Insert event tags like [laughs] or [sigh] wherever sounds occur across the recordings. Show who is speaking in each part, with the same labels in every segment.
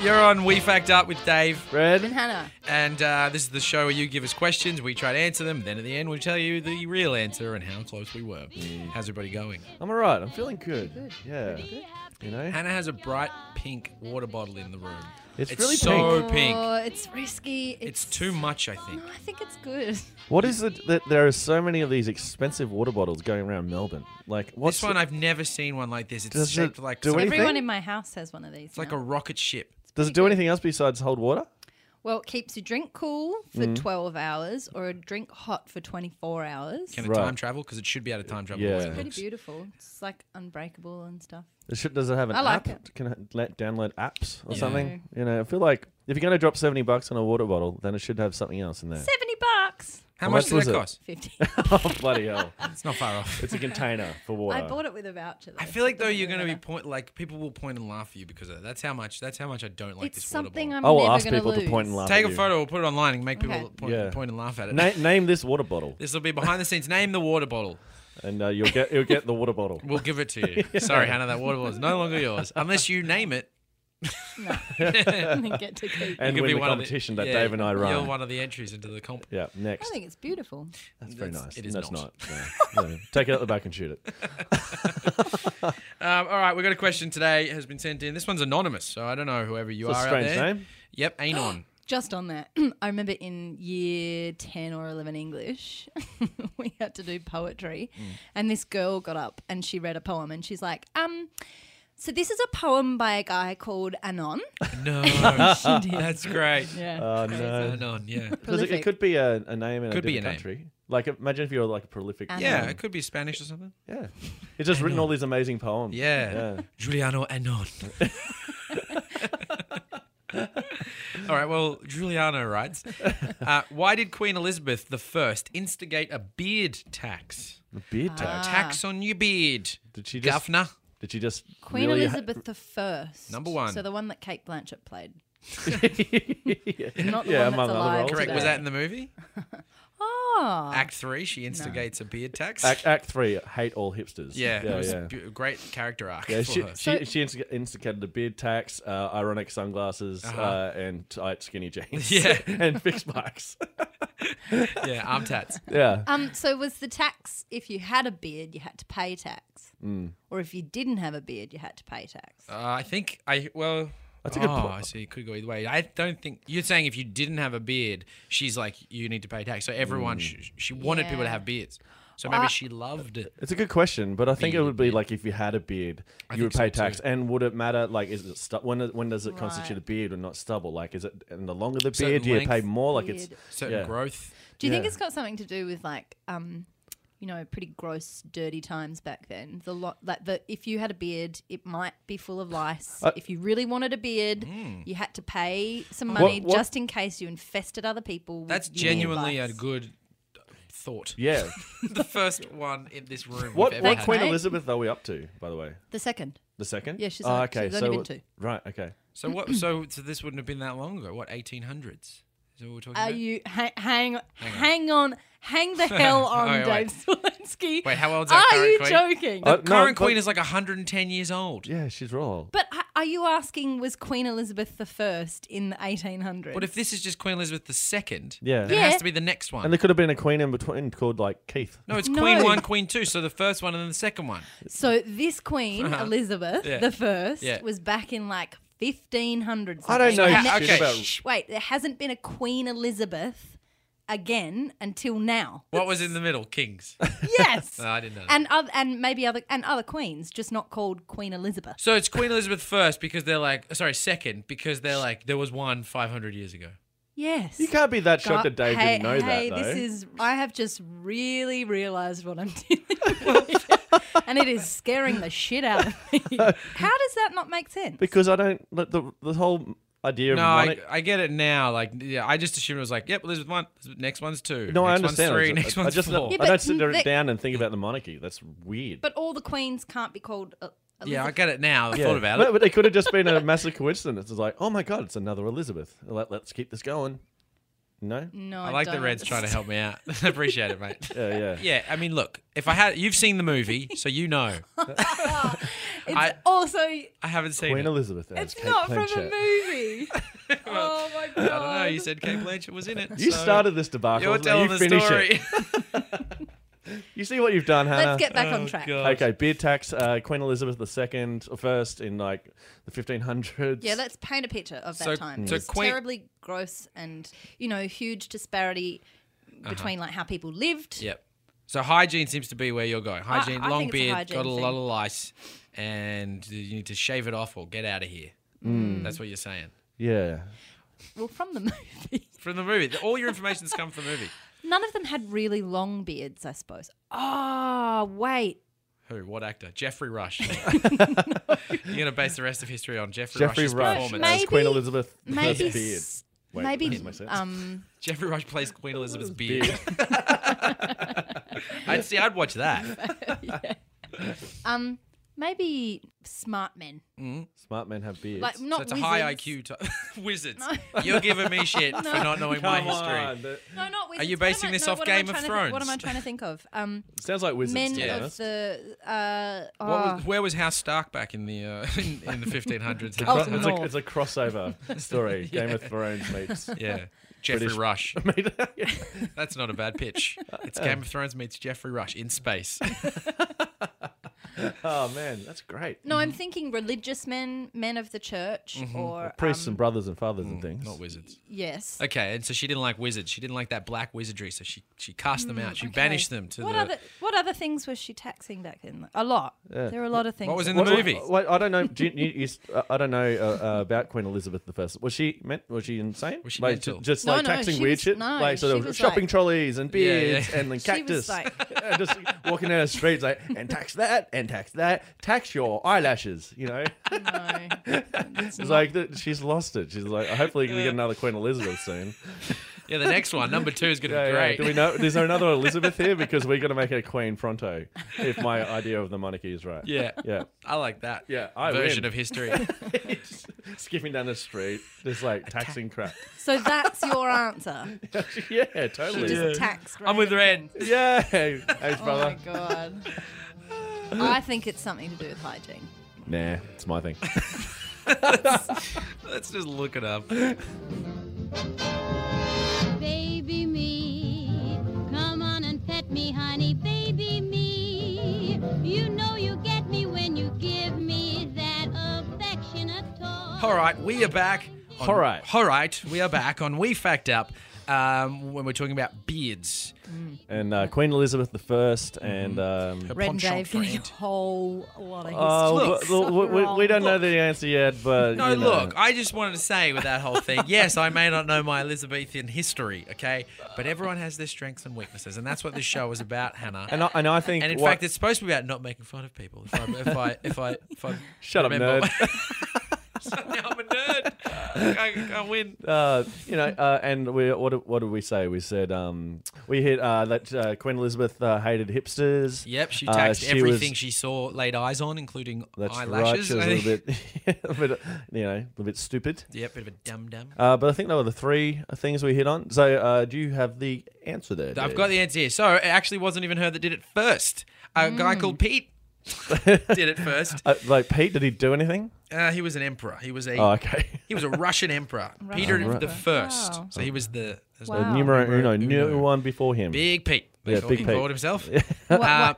Speaker 1: You're on We Fact Up with Dave.
Speaker 2: Red.
Speaker 3: Hannah.
Speaker 1: And uh, this is the show where you give us questions, we try to answer them, then at the end we tell you the real answer and how close we were. How's everybody going?
Speaker 2: I'm all right. I'm feeling good. Yeah. You know,
Speaker 1: Hannah has a bright pink water bottle in the room.
Speaker 2: It's really
Speaker 1: so
Speaker 2: pink.
Speaker 1: pink.
Speaker 3: Oh, it's risky.
Speaker 1: It's too much, I think.
Speaker 3: No, I think it's good.
Speaker 2: what is it that there are so many of these expensive water bottles going around Melbourne? Like, what's
Speaker 1: This one
Speaker 2: the-
Speaker 1: I've never seen one like this. It's
Speaker 2: Does it
Speaker 1: shaped like
Speaker 2: do
Speaker 1: some-
Speaker 2: anything?
Speaker 3: Everyone in my house has one of these.
Speaker 1: it's like
Speaker 3: now.
Speaker 1: a rocket ship.
Speaker 2: does it do anything else besides hold water?
Speaker 3: well, it keeps your drink cool for
Speaker 2: Mm.
Speaker 3: 12 hours or a drink hot for 24 hours.
Speaker 1: Can it
Speaker 2: Right.
Speaker 1: time travel? Because it should be able to time travel.
Speaker 2: Yeah.
Speaker 1: the way it
Speaker 3: Pretty
Speaker 1: looks.
Speaker 3: beautiful. It's like unbreakable and stuff.
Speaker 2: It should, does it have an
Speaker 3: I like
Speaker 2: app? Can it let, download apps or
Speaker 1: Yeah.
Speaker 2: something? You know, I feel like if you're going to drop 70 bucks on a water bottle, then it should have something else in there.
Speaker 3: 70 bucks.
Speaker 1: How
Speaker 2: How
Speaker 1: much
Speaker 2: much
Speaker 1: did
Speaker 2: was
Speaker 1: that
Speaker 2: it?
Speaker 1: cost?
Speaker 2: [laughs]
Speaker 3: Fifty. [laughs]
Speaker 2: oh, bloody hell.
Speaker 1: It's not far off.
Speaker 2: It's a container for water.
Speaker 3: I bought it with a voucher. Though,
Speaker 1: I
Speaker 3: so
Speaker 1: feel like
Speaker 3: it
Speaker 1: though
Speaker 3: doesn't
Speaker 1: you're going to
Speaker 3: really
Speaker 1: be point like people will point and laugh at you because of that. That's how much. That's how much I don't like
Speaker 3: matter. It's
Speaker 1: this
Speaker 3: something
Speaker 1: water
Speaker 3: I'm
Speaker 2: I will
Speaker 3: never
Speaker 2: ask
Speaker 3: gonna
Speaker 2: people
Speaker 3: lose.
Speaker 2: to point and laugh
Speaker 1: bottle. Take
Speaker 2: at
Speaker 1: a
Speaker 2: you.
Speaker 1: photo. We'll put it online and make people
Speaker 3: Okay.
Speaker 1: point,
Speaker 2: Yeah.
Speaker 1: point and laugh at it.
Speaker 2: Na- name this water bottle,
Speaker 1: this will be behind the scenes. Name the water bottle.
Speaker 2: and uh, you'll get you'll get the water bottle.
Speaker 1: We'll give it to
Speaker 2: [laughs]
Speaker 1: you. Sorry, Hannah, that water bottle is no longer yours unless you name it.
Speaker 3: [laughs] and get to
Speaker 2: [laughs]
Speaker 3: keep.
Speaker 2: And
Speaker 1: You could
Speaker 2: win
Speaker 1: be one
Speaker 2: the
Speaker 1: of the-
Speaker 2: competition that
Speaker 1: yeah,
Speaker 2: Dave and I run.
Speaker 1: You're one of the entries into the comp.
Speaker 2: Yeah,
Speaker 3: I
Speaker 2: next.
Speaker 3: think it's beautiful.
Speaker 2: That's very
Speaker 1: That's-
Speaker 2: nice.
Speaker 1: it is
Speaker 2: That's
Speaker 1: not. [laughs]
Speaker 2: no, no. Take it out the back and shoot it.
Speaker 1: Um, all right, we've got a question today has been sent in. This one's anonymous, so I don't know whoever you
Speaker 2: It's a
Speaker 1: are
Speaker 2: strange
Speaker 1: out there.
Speaker 2: name.
Speaker 1: Yep,
Speaker 2: [gasps]
Speaker 1: Anon.
Speaker 3: Just on that, [clears throat] I remember in year 10 or 11 English, [laughs] we had to do poetry,
Speaker 2: Mm.
Speaker 3: and this girl got up and she read a poem, and she's like, um, so this is a poem by a guy called Anon.
Speaker 2: [laughs]
Speaker 1: no, that's great.
Speaker 3: Yeah.
Speaker 2: Oh no.
Speaker 1: Anon, yeah.
Speaker 2: 'Cause it- It
Speaker 3: Prolific.
Speaker 2: could be a, a name in a
Speaker 1: Could be
Speaker 2: different
Speaker 1: a name.
Speaker 2: country. Like imagine if you were like a prolific.
Speaker 3: Anna.
Speaker 1: Yeah,
Speaker 3: Um,
Speaker 1: it could be Spanish or something.
Speaker 2: Yeah. He's just written all these amazing poems.
Speaker 1: Yeah.
Speaker 2: Yeah.
Speaker 1: Giuliano Anon. [laughs] All right, well, Giuliano writes uh, Why did Queen Elizabeth I instigate a beard tax?
Speaker 2: The beard
Speaker 3: Uh,
Speaker 2: tax.
Speaker 1: Tax on your beard.
Speaker 2: uh, Did she Ah. just?
Speaker 1: Governor,
Speaker 2: Did she just?
Speaker 3: Queen
Speaker 2: really ha-
Speaker 3: Elizabeth the First.
Speaker 1: Number one.
Speaker 3: So the one that Kate Blanchett played.
Speaker 2: [laughs] yeah,
Speaker 3: Not the
Speaker 2: yeah,
Speaker 3: one that's
Speaker 2: among other
Speaker 3: alive
Speaker 2: roles.
Speaker 1: correct.
Speaker 3: today.
Speaker 1: Was that in the movie?
Speaker 3: Oh.
Speaker 1: Act three, she instigates a beard tax.
Speaker 2: Uh, Act, act three, hate all hipsters.
Speaker 1: yeah,
Speaker 2: yeah,
Speaker 1: it was
Speaker 2: yeah.
Speaker 1: a bu- great character arc
Speaker 2: Yeah,
Speaker 1: for
Speaker 2: she,
Speaker 1: her.
Speaker 2: she, she instig- instigated the beard tax, uh, ironic sunglasses, uh and tight skinny jeans.
Speaker 1: Uh-huh. [laughs] Yeah.
Speaker 2: [laughs] and fixed marks.
Speaker 1: yeah, arm tats.
Speaker 2: [laughs] yeah.
Speaker 3: Um, so was the tax if you had a beard, you had to pay tax,
Speaker 2: Mm.
Speaker 3: or if you didn't have a beard, you had to pay tax?
Speaker 1: Uh, I think I well.
Speaker 2: That's a good
Speaker 1: oh,
Speaker 2: point.
Speaker 1: I see. It could go either way. I don't think you're saying if you didn't have a beard, she's like you need to pay tax. So
Speaker 2: Mm.
Speaker 1: everyone, she, she wanted people to
Speaker 3: Yeah. Uh,
Speaker 1: have beards. So maybe
Speaker 3: I-
Speaker 1: she loved it.
Speaker 2: It's a good question, but I think it
Speaker 1: Beard,
Speaker 2: would be
Speaker 1: beard.
Speaker 2: like if you had a beard,
Speaker 1: I
Speaker 2: you would
Speaker 1: think so
Speaker 2: pay tax.
Speaker 1: too.
Speaker 2: And would it matter? Like, is it stu- when? When does it constitute a
Speaker 3: Right.
Speaker 2: beard and not stubble? Like, is it and the longer the
Speaker 1: Certain
Speaker 2: beard, do you pay
Speaker 1: length.
Speaker 2: more? Like, it's
Speaker 3: Beard.
Speaker 1: Certain
Speaker 2: yeah.
Speaker 1: growth.
Speaker 3: Do you think
Speaker 2: yeah.
Speaker 3: it's got something to do with like, um, you know, pretty gross, dirty times back then? The lot, like the if you had a beard, it might be full of lice.
Speaker 2: Uh, mm.
Speaker 3: if you really wanted a beard, you had to pay some
Speaker 2: What-
Speaker 3: money
Speaker 2: what-
Speaker 3: just in case you infested other people. With
Speaker 1: That's
Speaker 3: your
Speaker 1: genuinely a
Speaker 3: lice.
Speaker 1: good thought.
Speaker 2: Yeah.
Speaker 1: [laughs] the first one in this room.
Speaker 2: What
Speaker 1: we've ever
Speaker 2: what
Speaker 1: had.
Speaker 2: Queen
Speaker 3: mate.
Speaker 2: Elizabeth are we up to? By the way,
Speaker 3: The second,
Speaker 2: the second.
Speaker 3: Yeah, she's
Speaker 2: oh,
Speaker 3: on-
Speaker 2: okay.
Speaker 3: she's
Speaker 2: so
Speaker 3: only been two.
Speaker 2: right. Okay.
Speaker 1: So what? So so this wouldn't have been that long ago. What? 1800s. Is that what we're talking
Speaker 3: are
Speaker 1: about?
Speaker 3: Uh, you ha- hang hang on, hang
Speaker 1: [laughs]
Speaker 3: the hell on,
Speaker 1: Wait, wait.
Speaker 3: Dave Swansky?
Speaker 1: Wait, how old's our
Speaker 3: Are
Speaker 1: current
Speaker 3: you
Speaker 1: queen?
Speaker 3: joking?
Speaker 2: Uh,
Speaker 1: The current
Speaker 2: but-
Speaker 1: queen is like 110 years old.
Speaker 2: Yeah, she's royal.
Speaker 3: But h- are you asking was Queen Elizabeth the First in the 1800s?
Speaker 1: But if this is just Queen Elizabeth II,
Speaker 2: Yeah.
Speaker 1: then it has
Speaker 3: Yeah.
Speaker 1: to be the next one.
Speaker 2: And there could have been a queen in between called like Keith.
Speaker 1: no, it's
Speaker 3: No.
Speaker 1: Queen One, Queen Two. So the first one and then the second one.
Speaker 3: so this Queen Elizabeth
Speaker 1: Uh-huh. Yeah.
Speaker 3: the First
Speaker 1: Yeah.
Speaker 3: was back in like 1500s.
Speaker 2: I don't know
Speaker 1: So
Speaker 2: shit
Speaker 1: okay.
Speaker 2: about.
Speaker 3: Shh, wait, there hasn't been a Queen Elizabeth again until now.
Speaker 1: What was in the middle? Kings.
Speaker 3: [laughs]
Speaker 1: [laughs]
Speaker 3: Yes.
Speaker 1: No, I didn't know that.
Speaker 3: And other, and maybe other and other queens, just not called Queen Elizabeth.
Speaker 1: So it's Queen Elizabeth first because they're like, sorry, second because they're like, there was one 500 years ago.
Speaker 3: Yes.
Speaker 2: You can't be that shocked
Speaker 3: God,
Speaker 2: that Dave
Speaker 3: hey,
Speaker 2: didn't know
Speaker 3: hey,
Speaker 2: that though.
Speaker 3: this is I have just really realised what I'm [laughs] dealing with. and it is scaring the shit out of me.
Speaker 2: [laughs]
Speaker 3: How does that not make sense?
Speaker 2: because I don't. like, The the whole idea of
Speaker 1: No,
Speaker 2: monarch-
Speaker 1: I, I get it now. Like, yeah, I just assumed it was like, yep, Elizabeth one, Elizabeth- next one's two.
Speaker 2: No,
Speaker 1: next
Speaker 2: I understand.
Speaker 1: One's
Speaker 2: I
Speaker 1: three,
Speaker 2: ju-
Speaker 1: next
Speaker 2: I,
Speaker 1: one's
Speaker 2: I just
Speaker 1: four.
Speaker 2: Don't,
Speaker 3: Yeah,
Speaker 2: I
Speaker 3: but
Speaker 2: don't sit there
Speaker 3: they-
Speaker 2: down and think about the monarchy. That's weird.
Speaker 3: but all the queens can't be called uh,
Speaker 1: yeah, I
Speaker 3: Elizabeth.
Speaker 1: get it now. I
Speaker 2: Yeah.
Speaker 1: thought about
Speaker 2: No,
Speaker 1: it.
Speaker 2: but it could have just been a massive coincidence. It's like, oh my god, it's another Elizabeth. Let, us keep this going. No.
Speaker 3: No,
Speaker 1: I like that
Speaker 3: don't
Speaker 1: Red's
Speaker 3: [laughs]
Speaker 1: trying to help me out. [laughs] I appreciate it, mate.
Speaker 2: [laughs] Yeah, yeah.
Speaker 1: Yeah, I mean, look, if I had, you've seen the movie, so you know. [laughs]
Speaker 3: understand.
Speaker 1: I-
Speaker 3: It's also
Speaker 1: I haven't seen
Speaker 2: Queen
Speaker 1: it.
Speaker 2: Elizabeth. as
Speaker 3: it's
Speaker 2: Kate
Speaker 3: not from a
Speaker 2: Blanchett.
Speaker 1: [laughs]
Speaker 3: movie. oh my god!
Speaker 1: I don't know. You said Kate Blanchett was in it.
Speaker 2: You
Speaker 1: so
Speaker 2: started this debacle.
Speaker 1: You're
Speaker 2: so
Speaker 1: telling the
Speaker 2: you finish It.
Speaker 1: story.
Speaker 2: You see what you've done, Hannah.
Speaker 3: Let's get back
Speaker 1: Oh,
Speaker 3: on track.
Speaker 1: God.
Speaker 2: Okay, beer tax. Uh, Queen Elizabeth II, or first in like the 1500s.
Speaker 3: Yeah, let's paint a picture of that
Speaker 1: So-
Speaker 3: time.
Speaker 1: so
Speaker 3: it was
Speaker 1: Queen-
Speaker 3: terribly gross and you know huge disparity
Speaker 1: Uh-huh.
Speaker 3: between like how people lived.
Speaker 1: Yep. So hygiene seems to be where you're going. Hygiene,
Speaker 3: I
Speaker 1: long
Speaker 3: think it's a
Speaker 1: beard,
Speaker 3: hygiene
Speaker 1: got a lot
Speaker 3: thing.
Speaker 1: of lice, and you need to shave it off or get out of here.
Speaker 3: Mm.
Speaker 1: That's what you're saying.
Speaker 2: yeah.
Speaker 3: Well, from the [laughs] movie,
Speaker 1: From the movie. All your information's come from the movie. [laughs]
Speaker 3: none of them had really long beards. I suppose. Oh wait,
Speaker 1: Who? What actor? Jeffrey Rush.
Speaker 3: [laughs]
Speaker 1: You're going to base the rest of history on Jeffrey,
Speaker 2: Jeffrey
Speaker 1: Rush's
Speaker 2: Rush as
Speaker 1: performance.
Speaker 3: Maybe-
Speaker 2: Queen Elizabeth. I's
Speaker 3: maybe,
Speaker 2: beard.
Speaker 3: s-
Speaker 2: Wait, that
Speaker 3: maybe,
Speaker 2: doesn't make sense.
Speaker 3: um,
Speaker 1: Jeffrey Rush plays Queen Elizabeth's
Speaker 2: beard.
Speaker 1: beard. I'd see. I'd watch that.
Speaker 3: um, maybe smart men,
Speaker 2: Smart men have beards.
Speaker 3: like not
Speaker 1: Mm. so it's a high
Speaker 3: wizards.
Speaker 1: IQ. T- [laughs] wizards. You're giving me shit for not knowing my
Speaker 2: Come
Speaker 1: history.
Speaker 2: on. that-
Speaker 3: No, not wizards.
Speaker 1: you
Speaker 3: What am
Speaker 1: basing
Speaker 3: I-
Speaker 1: this
Speaker 3: no,
Speaker 1: off
Speaker 3: what am I
Speaker 1: Game of
Speaker 3: trying to think- What am I
Speaker 1: Thrones?
Speaker 3: trying to think of? Um,
Speaker 2: Sounds like wizards.
Speaker 3: men
Speaker 2: to be
Speaker 1: yeah.
Speaker 3: of
Speaker 2: honest.
Speaker 3: the uh,
Speaker 1: What
Speaker 3: oh,
Speaker 1: was, where was House Stark back in the uh, [laughs] in, in the 1500s?
Speaker 2: Cro-
Speaker 1: House
Speaker 3: Oh,
Speaker 2: it's,
Speaker 1: Stark.
Speaker 2: a,
Speaker 3: no.
Speaker 2: it's a
Speaker 3: [laughs]
Speaker 2: crossover story. Game of Thrones meets. [laughs]
Speaker 1: Yeah, Jeffrey
Speaker 2: British- [laughs]
Speaker 1: Rush.
Speaker 2: yeah.
Speaker 1: That's not a bad pitch. It's Game of Thrones meets Jeffrey Rush in space.
Speaker 2: Oh man, that's great.
Speaker 3: no, I'm thinking religious men, men of the church, or
Speaker 2: Mm-hmm. Priests
Speaker 3: um,
Speaker 2: and brothers and fathers and things.
Speaker 1: Mm, Not wizards.
Speaker 3: yes.
Speaker 1: Okay, and so she didn't like wizards. She didn't like that black wizardry, so she she cast
Speaker 2: Hmm,
Speaker 1: them out. She
Speaker 3: Okay.
Speaker 1: banished them to
Speaker 3: what
Speaker 1: the.
Speaker 3: other what other things was she taxing back then? A lot. There were a lot of things.
Speaker 1: What was in the
Speaker 2: What-
Speaker 1: movie?
Speaker 2: What, what- I don't know. Do you, you,
Speaker 1: [laughs]
Speaker 2: you, s- uh, I don't know uh, uh, about Queen Elizabeth the First. Was she meant? Was she insane?
Speaker 1: Was she
Speaker 2: like,
Speaker 1: mental?
Speaker 2: j- just
Speaker 3: No,
Speaker 2: like
Speaker 3: no,
Speaker 2: taxing
Speaker 3: she
Speaker 2: weird
Speaker 3: was-
Speaker 2: shit,
Speaker 3: no,
Speaker 2: like sort
Speaker 3: she
Speaker 2: of
Speaker 3: was
Speaker 2: shopping
Speaker 3: like-
Speaker 2: trolleys and
Speaker 1: yeah.
Speaker 2: beards and then
Speaker 3: She was
Speaker 2: cactus,
Speaker 3: like-
Speaker 2: [laughs] Yeah, just walking down the streets like and tax that and tax that, tax your eyelashes. You
Speaker 3: [laughs]
Speaker 2: know,
Speaker 3: No.
Speaker 2: it's like the, she's lost it. She's like, hopefully, we get another Queen Elizabeth soon.
Speaker 1: Yeah, the next one, number two, is going to
Speaker 2: [laughs] Yeah,
Speaker 1: be
Speaker 2: yeah.
Speaker 1: great. [laughs]
Speaker 2: Do we know? Is there another Elizabeth here? Because we're gonna make it a Queen pronto, if my idea of the monarchy is right.
Speaker 1: Yeah,
Speaker 2: [laughs] Yeah.
Speaker 1: I like that.
Speaker 2: Yeah, I
Speaker 1: version
Speaker 2: win.
Speaker 1: of history.
Speaker 2: [laughs] Just skipping down the street, just like taxing
Speaker 3: [laughs]
Speaker 2: crap. [laughs]
Speaker 3: so that's your answer.
Speaker 2: yeah,
Speaker 3: She
Speaker 2: totally.
Speaker 3: just taxed.
Speaker 1: I'm with
Speaker 3: random
Speaker 1: Red.
Speaker 3: things.
Speaker 2: Yeah, thanks,
Speaker 3: Oh my
Speaker 2: brother.
Speaker 3: god. I think it's something to do with hygiene.
Speaker 2: Nah, it's my thing.
Speaker 1: Let's just look it up.
Speaker 4: Baby me, come on and pet me, honey. Baby me, you know you get me when you give me that affectionate toy.
Speaker 1: All right, we are back. on-
Speaker 2: All right.
Speaker 1: all right, we are back on We Fact Up. Um, when we're talking about beards,
Speaker 2: And uh, Queen Elizabeth the First, and um,
Speaker 3: Red
Speaker 1: Penchant
Speaker 3: and Dave
Speaker 1: for
Speaker 3: getting a
Speaker 1: ant.
Speaker 3: whole lot of
Speaker 2: oh,
Speaker 3: history.
Speaker 1: Look,
Speaker 2: w- w-
Speaker 3: [laughs]
Speaker 2: w- we, we don't know the answer yet, but
Speaker 1: No,
Speaker 2: you know.
Speaker 1: look, I just wanted to say with that whole thing, yes, I may not know my Elizabethan history, okay? But everyone has their strengths and weaknesses, and that's what this show is about, Hannah. And,
Speaker 2: and I, and I think
Speaker 1: in
Speaker 2: what-
Speaker 1: fact, it's supposed to be about not making fun of people. If I, if I, if I, if I
Speaker 2: Shut up,
Speaker 1: remember. [laughs] So now I'm a nerd. I, I win.
Speaker 2: uh, you know, uh, and we what did- what did we say? We said um, we hit uh, that uh, Queen Elizabeth uh, hated hipsters.
Speaker 1: Yep, she
Speaker 2: Uh,
Speaker 1: taxed
Speaker 2: was-
Speaker 1: everything she saw, laid eyes on, including
Speaker 2: That's
Speaker 1: eyelashes.
Speaker 2: right.
Speaker 1: I
Speaker 2: She was
Speaker 1: [laughs]
Speaker 2: a
Speaker 1: think.
Speaker 2: little [laughs] bit, a bit, you know, a little bit stupid.
Speaker 1: Yeah, bit of a dum dum.
Speaker 2: Uh, but I think they were the three things we hit on. So, uh, do you have the answer there?
Speaker 1: I've got the answer here. So it actually wasn't even her that did it first. A guy called
Speaker 2: [laughs]
Speaker 1: Pete did it first.
Speaker 2: uh, like Pete. Did he do anything?
Speaker 1: Uh, he was an emperor. He was a
Speaker 2: Oh, okay.
Speaker 1: He was a Russian emperor,
Speaker 3: [laughs]
Speaker 1: Peter the First. So he was the there's no
Speaker 3: Wow.
Speaker 2: Numero
Speaker 1: [laughs] Numero
Speaker 2: uno, new
Speaker 1: uno.
Speaker 2: one before him.
Speaker 1: big Pete. They
Speaker 2: Yeah,
Speaker 1: call-
Speaker 2: Big
Speaker 1: he
Speaker 2: Pete.
Speaker 1: called
Speaker 2: [laughs]
Speaker 1: himself.
Speaker 3: What, what,
Speaker 1: Uh,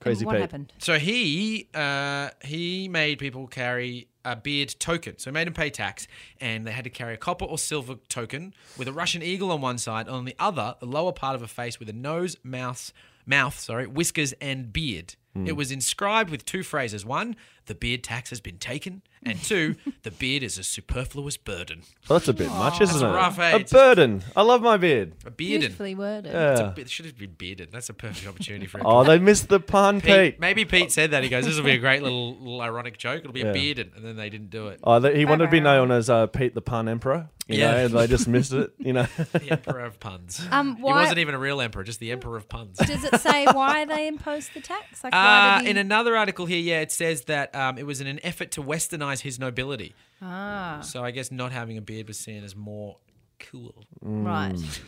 Speaker 2: Crazy
Speaker 3: what
Speaker 2: Pete.
Speaker 3: happened?
Speaker 1: So he uh, he made people carry a beard token. So he made them pay tax, and they had to carry a copper or silver token with a Russian eagle on one side, on the other, the lower part of a face with a nose, mouth, mouth, sorry, whiskers and beard.
Speaker 2: Hmm.
Speaker 1: It was inscribed with two phrases: one, the beard tax has been taken, and
Speaker 2: [laughs]
Speaker 1: two, the beard is a superfluous burden.
Speaker 2: Well, that's a bit much, isn't it?
Speaker 1: rough, eh?
Speaker 2: a
Speaker 1: It's-
Speaker 2: burden. I love my beard.
Speaker 1: A bearded.
Speaker 3: Beautifully worded.
Speaker 1: It's
Speaker 2: Yeah.
Speaker 1: a, it should have been bearded. That's a perfect opportunity for him.
Speaker 2: [laughs] Oh, they missed the pun, Pete.
Speaker 1: Pete, maybe Pete said that. He goes, "This will be a great little, little ironic joke. It'll be
Speaker 2: Yeah.
Speaker 1: a bearded," and then they didn't do it.
Speaker 2: Oh, they, he wanted to
Speaker 1: [laughs]
Speaker 2: be known as uh, Pete the Pun Emperor. You
Speaker 1: Yeah.
Speaker 2: know, and they just missed it. You
Speaker 1: [laughs]
Speaker 2: know, [laughs]
Speaker 1: The emperor of puns.
Speaker 3: [laughs] Um,
Speaker 1: He
Speaker 3: why
Speaker 1: wasn't even a real emperor, just the emperor of puns.
Speaker 3: does it say why they imposed the tax? Like, why
Speaker 1: [laughs] Uh,
Speaker 3: did he...
Speaker 1: in another article here, yeah, it says that um, it was in an effort to westernize his nobility.
Speaker 3: ah,
Speaker 1: So I guess not having a beard was seen as more cool.
Speaker 2: Mm.
Speaker 3: Right.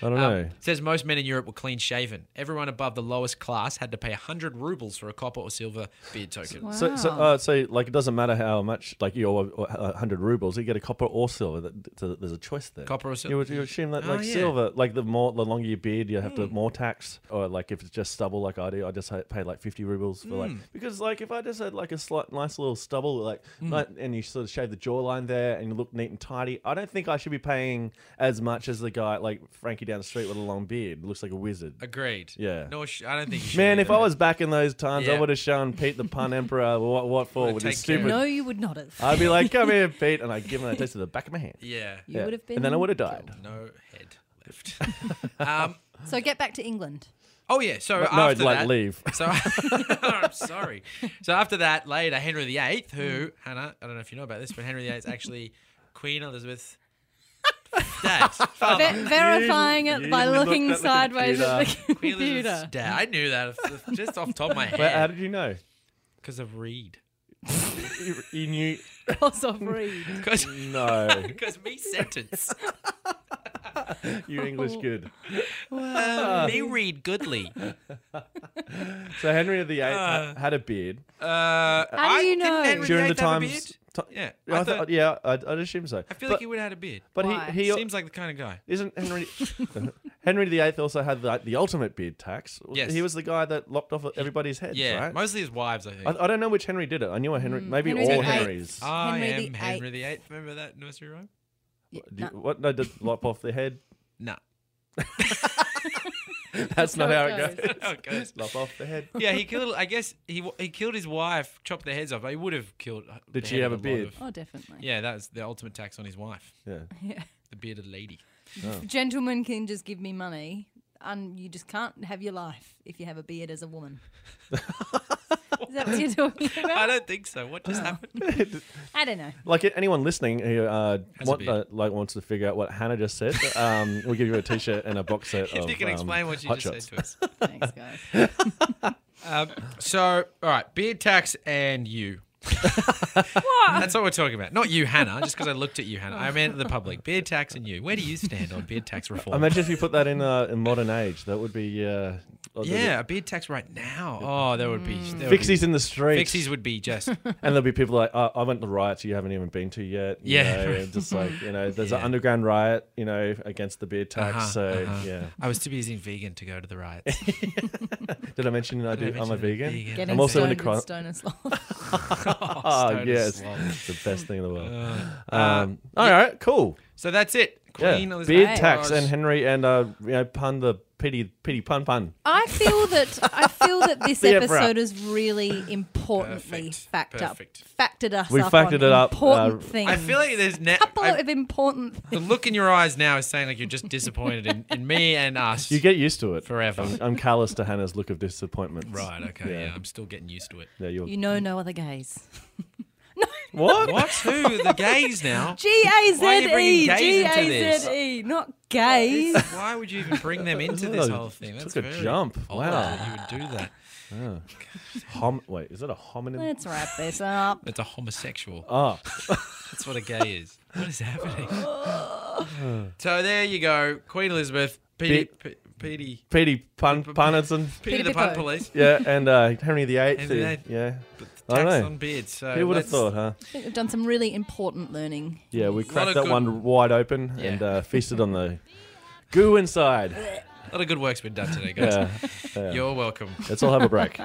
Speaker 2: I don't
Speaker 1: Um,
Speaker 2: know.
Speaker 1: says most men in Europe were clean shaven. Everyone above the lowest class had to pay 100 rubles for a copper or silver beard token.
Speaker 2: So, so,
Speaker 3: Wow.
Speaker 2: uh, so, like, it doesn't matter how much, like, you owe uh, 100 rubles, you get a copper or silver. That, so there's a choice there.
Speaker 1: Copper or silver.
Speaker 2: You would, you would assume that,
Speaker 1: Oh,
Speaker 2: like,
Speaker 1: yeah. Hmm.
Speaker 2: silver, like, the more, the longer your beard, you have to more tax. Or, like, if it's just stubble, like I do, I just ha- pay, like, 50 rubles for,
Speaker 1: Hmm.
Speaker 2: like, because, like, if I just had, like, a slight, nice little stubble, like,
Speaker 1: Hmm.
Speaker 2: like, and you sort of shave the jawline there and you look neat and tidy, I don't think I should be paying as much as the guy, like, Frankie down the street with a long beard. Looks like a wizard.
Speaker 1: Agreed.
Speaker 2: Yeah.
Speaker 1: No, sh- I don't think. You should
Speaker 2: Man, if
Speaker 1: either.
Speaker 2: I was back in those times, I
Speaker 1: Yeah.
Speaker 2: would have shown Pete the Pun Emperor what, what for
Speaker 1: Would've
Speaker 2: with his
Speaker 1: taken care
Speaker 2: stupid.
Speaker 1: of
Speaker 3: No, you would not have.
Speaker 2: I'd be like,
Speaker 1: [laughs]
Speaker 2: come here, Pete, and I'd give him a taste of the back of my hand.
Speaker 1: Yeah.
Speaker 3: you
Speaker 2: Yeah.
Speaker 3: would have been.
Speaker 2: And then I would have died.
Speaker 1: No head
Speaker 2: [laughs]
Speaker 1: left. um,
Speaker 3: So get back to England.
Speaker 1: oh yeah. So
Speaker 2: no,
Speaker 1: after
Speaker 2: like,
Speaker 1: that,
Speaker 2: leave.
Speaker 1: So [laughs] I'm sorry. So after that, later Henry VIII,
Speaker 2: Mm.
Speaker 1: who Hannah, I don't know if you know about this, but Henry VIII is actually Queen Elizabeth. [laughs] Dad,
Speaker 3: Ver-
Speaker 1: father.
Speaker 3: verifying
Speaker 2: you
Speaker 3: it by
Speaker 2: looked
Speaker 3: looking
Speaker 2: at the
Speaker 3: sideways at the
Speaker 1: Queen Elizabeth's
Speaker 3: computer.
Speaker 1: dad. I knew that off- just off the top of my
Speaker 2: Well, how
Speaker 1: head
Speaker 2: did you know?
Speaker 1: because of Reed.
Speaker 2: You, you knew.
Speaker 3: Cross off read.
Speaker 1: [laughs] Because
Speaker 2: No,
Speaker 1: me sentence. [laughs]
Speaker 2: you English good.
Speaker 1: Uh, me Uh, read goodly.
Speaker 2: So Henry VIII
Speaker 1: Uh,
Speaker 2: ha- had a beard
Speaker 1: Uh,
Speaker 3: How do you know?
Speaker 2: during the
Speaker 1: time?
Speaker 2: times. ti-
Speaker 1: Yeah,
Speaker 2: I
Speaker 1: I
Speaker 2: thought-
Speaker 1: thought-
Speaker 2: yeah, I'd, I'd assume so.
Speaker 1: I feel
Speaker 2: but,
Speaker 1: like he would have had a beard.
Speaker 2: but
Speaker 3: Why?
Speaker 2: he, he
Speaker 1: Seems like the kind of guy.
Speaker 2: Isn't Henry
Speaker 1: [laughs]
Speaker 2: Henry VIII also had the, the ultimate beard tax?
Speaker 1: Yes.
Speaker 2: he was the guy that lopped off everybody's heads.
Speaker 1: Yeah,
Speaker 2: right?
Speaker 1: mostly his wives, I think.
Speaker 2: I, I don't know which Henry did it. I knew a Henry. Maybe
Speaker 3: Henry's
Speaker 2: all
Speaker 3: the eighth.
Speaker 2: Henrys.
Speaker 1: I
Speaker 3: Henry
Speaker 1: am
Speaker 3: the
Speaker 1: Henry the Eighth. Remember that nursery rhyme?
Speaker 3: Yeah,
Speaker 2: Do you- [laughs]
Speaker 3: no.
Speaker 2: What? No, did lop off
Speaker 1: [laughs]
Speaker 2: the head?
Speaker 1: No.
Speaker 2: That's, not how
Speaker 3: how
Speaker 2: it goes.
Speaker 3: it
Speaker 1: [laughs] Oh, goes.
Speaker 2: lop off the head.
Speaker 1: Yeah, he killed. I guess he wa- he killed his wife, chopped their heads off. He would have killed. the
Speaker 2: Did she
Speaker 1: head
Speaker 2: have
Speaker 1: of
Speaker 2: a
Speaker 1: lot
Speaker 2: beard?
Speaker 1: of-
Speaker 3: Oh, definitely.
Speaker 1: yeah, that was the ultimate tax on his wife,
Speaker 2: Yeah.
Speaker 3: Yeah.
Speaker 1: the bearded lady.
Speaker 2: Oh.
Speaker 3: Gentlemen can just give me money, and you just can't have your life if you have a beard as
Speaker 2: [laughs]
Speaker 3: a woman. Is that what you're talking
Speaker 1: I
Speaker 3: about?
Speaker 1: don't think so. What just
Speaker 2: [laughs]
Speaker 1: happened?
Speaker 3: I don't know.
Speaker 2: Like a- anyone listening who uh,
Speaker 1: Has a
Speaker 2: want, uh,
Speaker 1: beard.
Speaker 2: like wants to figure out what Hannah just said, um, we'll give you a T-shirt and a box set.
Speaker 1: [laughs] If
Speaker 2: of,
Speaker 1: you can
Speaker 2: um,
Speaker 1: explain what you
Speaker 2: Hot
Speaker 1: just
Speaker 2: Shots.
Speaker 1: said to us.
Speaker 3: Thanks, guys.
Speaker 1: Um, so, all right, beard tax and
Speaker 2: [laughs]
Speaker 1: you. That's what we're talking about. Not you, Hannah, just because I looked at you, Hannah. I meant the public. Beard tax and you. Where do you stand on beard tax reform?
Speaker 2: Imagine if you put that in uh, in modern age, that would be uh, like the-
Speaker 1: yeah, a beard tax right now. Oh, there would be. There would be-
Speaker 2: Fixies in the streets,
Speaker 1: Fixies would be just
Speaker 2: and there'll be people like, oh, "I went to riots you haven't even been to yet." you
Speaker 1: Yeah.
Speaker 2: know, and just like you know, there's
Speaker 1: [laughs]
Speaker 2: an
Speaker 1: Yeah.
Speaker 2: underground riot, you know, against the beer tax.
Speaker 1: Uh-huh,
Speaker 2: so
Speaker 1: uh-huh.
Speaker 2: yeah,
Speaker 1: I was too busy being vegan to go to the riots.
Speaker 2: Did I mention I do,
Speaker 1: Did I
Speaker 2: I'm a
Speaker 1: mention
Speaker 2: vegan?
Speaker 1: vegan?
Speaker 3: Getting
Speaker 2: I'm also in
Speaker 3: stoned
Speaker 2: the
Speaker 3: into
Speaker 2: cro-
Speaker 3: Stoner Sloth.
Speaker 2: [laughs] Ah,
Speaker 1: Stone
Speaker 2: yes.
Speaker 1: is slow.
Speaker 2: It's the best thing in the world.
Speaker 1: Uh,
Speaker 2: um, all right, cool.
Speaker 1: so that's it.
Speaker 2: Yeah.
Speaker 1: Queen Elizabeth
Speaker 2: Beard
Speaker 1: was-
Speaker 2: tax and Henry and uh, you know, pun the pity pity pun pun.
Speaker 3: I feel that I feel that this
Speaker 2: The Emperor.
Speaker 3: episode is really importantly
Speaker 1: Perfect,
Speaker 3: fact up,
Speaker 1: perfect.
Speaker 3: factored us
Speaker 2: We
Speaker 3: up.
Speaker 2: factored it
Speaker 3: on
Speaker 2: up,
Speaker 3: Important
Speaker 2: uh,
Speaker 3: things.
Speaker 1: I feel like there's ne-
Speaker 3: a couple
Speaker 1: I- [laughs]
Speaker 3: of important. things.
Speaker 1: the look in your eyes now is saying like you're just disappointed in, in me and us.
Speaker 2: You get used to it
Speaker 1: Forever.
Speaker 2: [laughs] I'm, I'm callous to Hannah's look of disappointment.
Speaker 1: right. Okay.
Speaker 2: Yeah.
Speaker 1: yeah, I'm still getting used to it.
Speaker 2: Yeah, you're,
Speaker 3: You know no other gays.
Speaker 2: what?
Speaker 1: What? Who? The gays now?
Speaker 3: G A Z
Speaker 1: Why are you bringing
Speaker 3: E.
Speaker 1: gays
Speaker 3: G
Speaker 1: into
Speaker 3: A
Speaker 1: this?
Speaker 3: Z E. Not [laughs] gays.
Speaker 1: Why would you even bring them into
Speaker 2: Oh,
Speaker 1: this whole thing?
Speaker 2: took
Speaker 1: That's
Speaker 2: a
Speaker 1: very
Speaker 2: jump.
Speaker 1: odd
Speaker 2: Wow.
Speaker 1: that You would do that.
Speaker 2: Hom- wait, is that a homonym?
Speaker 3: Let's wrap this up.
Speaker 1: It's a homosexual.
Speaker 2: Oh,
Speaker 1: That's what a gay is. What is happening? so there you go, Queen Elizabeth, Petey, P- Petey,
Speaker 2: pity pun punnerson.
Speaker 1: Petey the
Speaker 3: Petey
Speaker 1: Pun
Speaker 3: Pipo.
Speaker 1: Police.
Speaker 2: Yeah, and uh, Henry the Eighth.
Speaker 1: Henry the Eighth.
Speaker 2: Yeah,
Speaker 1: But the
Speaker 2: I don't
Speaker 1: tax
Speaker 2: know.
Speaker 1: on beards. So
Speaker 2: who would have
Speaker 1: let's-
Speaker 2: thought, huh?
Speaker 3: I think we've done some really important learning.
Speaker 2: Yeah, we
Speaker 1: a
Speaker 2: cracked that
Speaker 1: good-
Speaker 2: one wide open
Speaker 1: Yeah.
Speaker 2: and uh, feasted on the goo inside.
Speaker 3: [laughs]
Speaker 1: A lot of good work's been done today, guys.
Speaker 2: Yeah.
Speaker 1: You're welcome.
Speaker 2: Let's all have a break.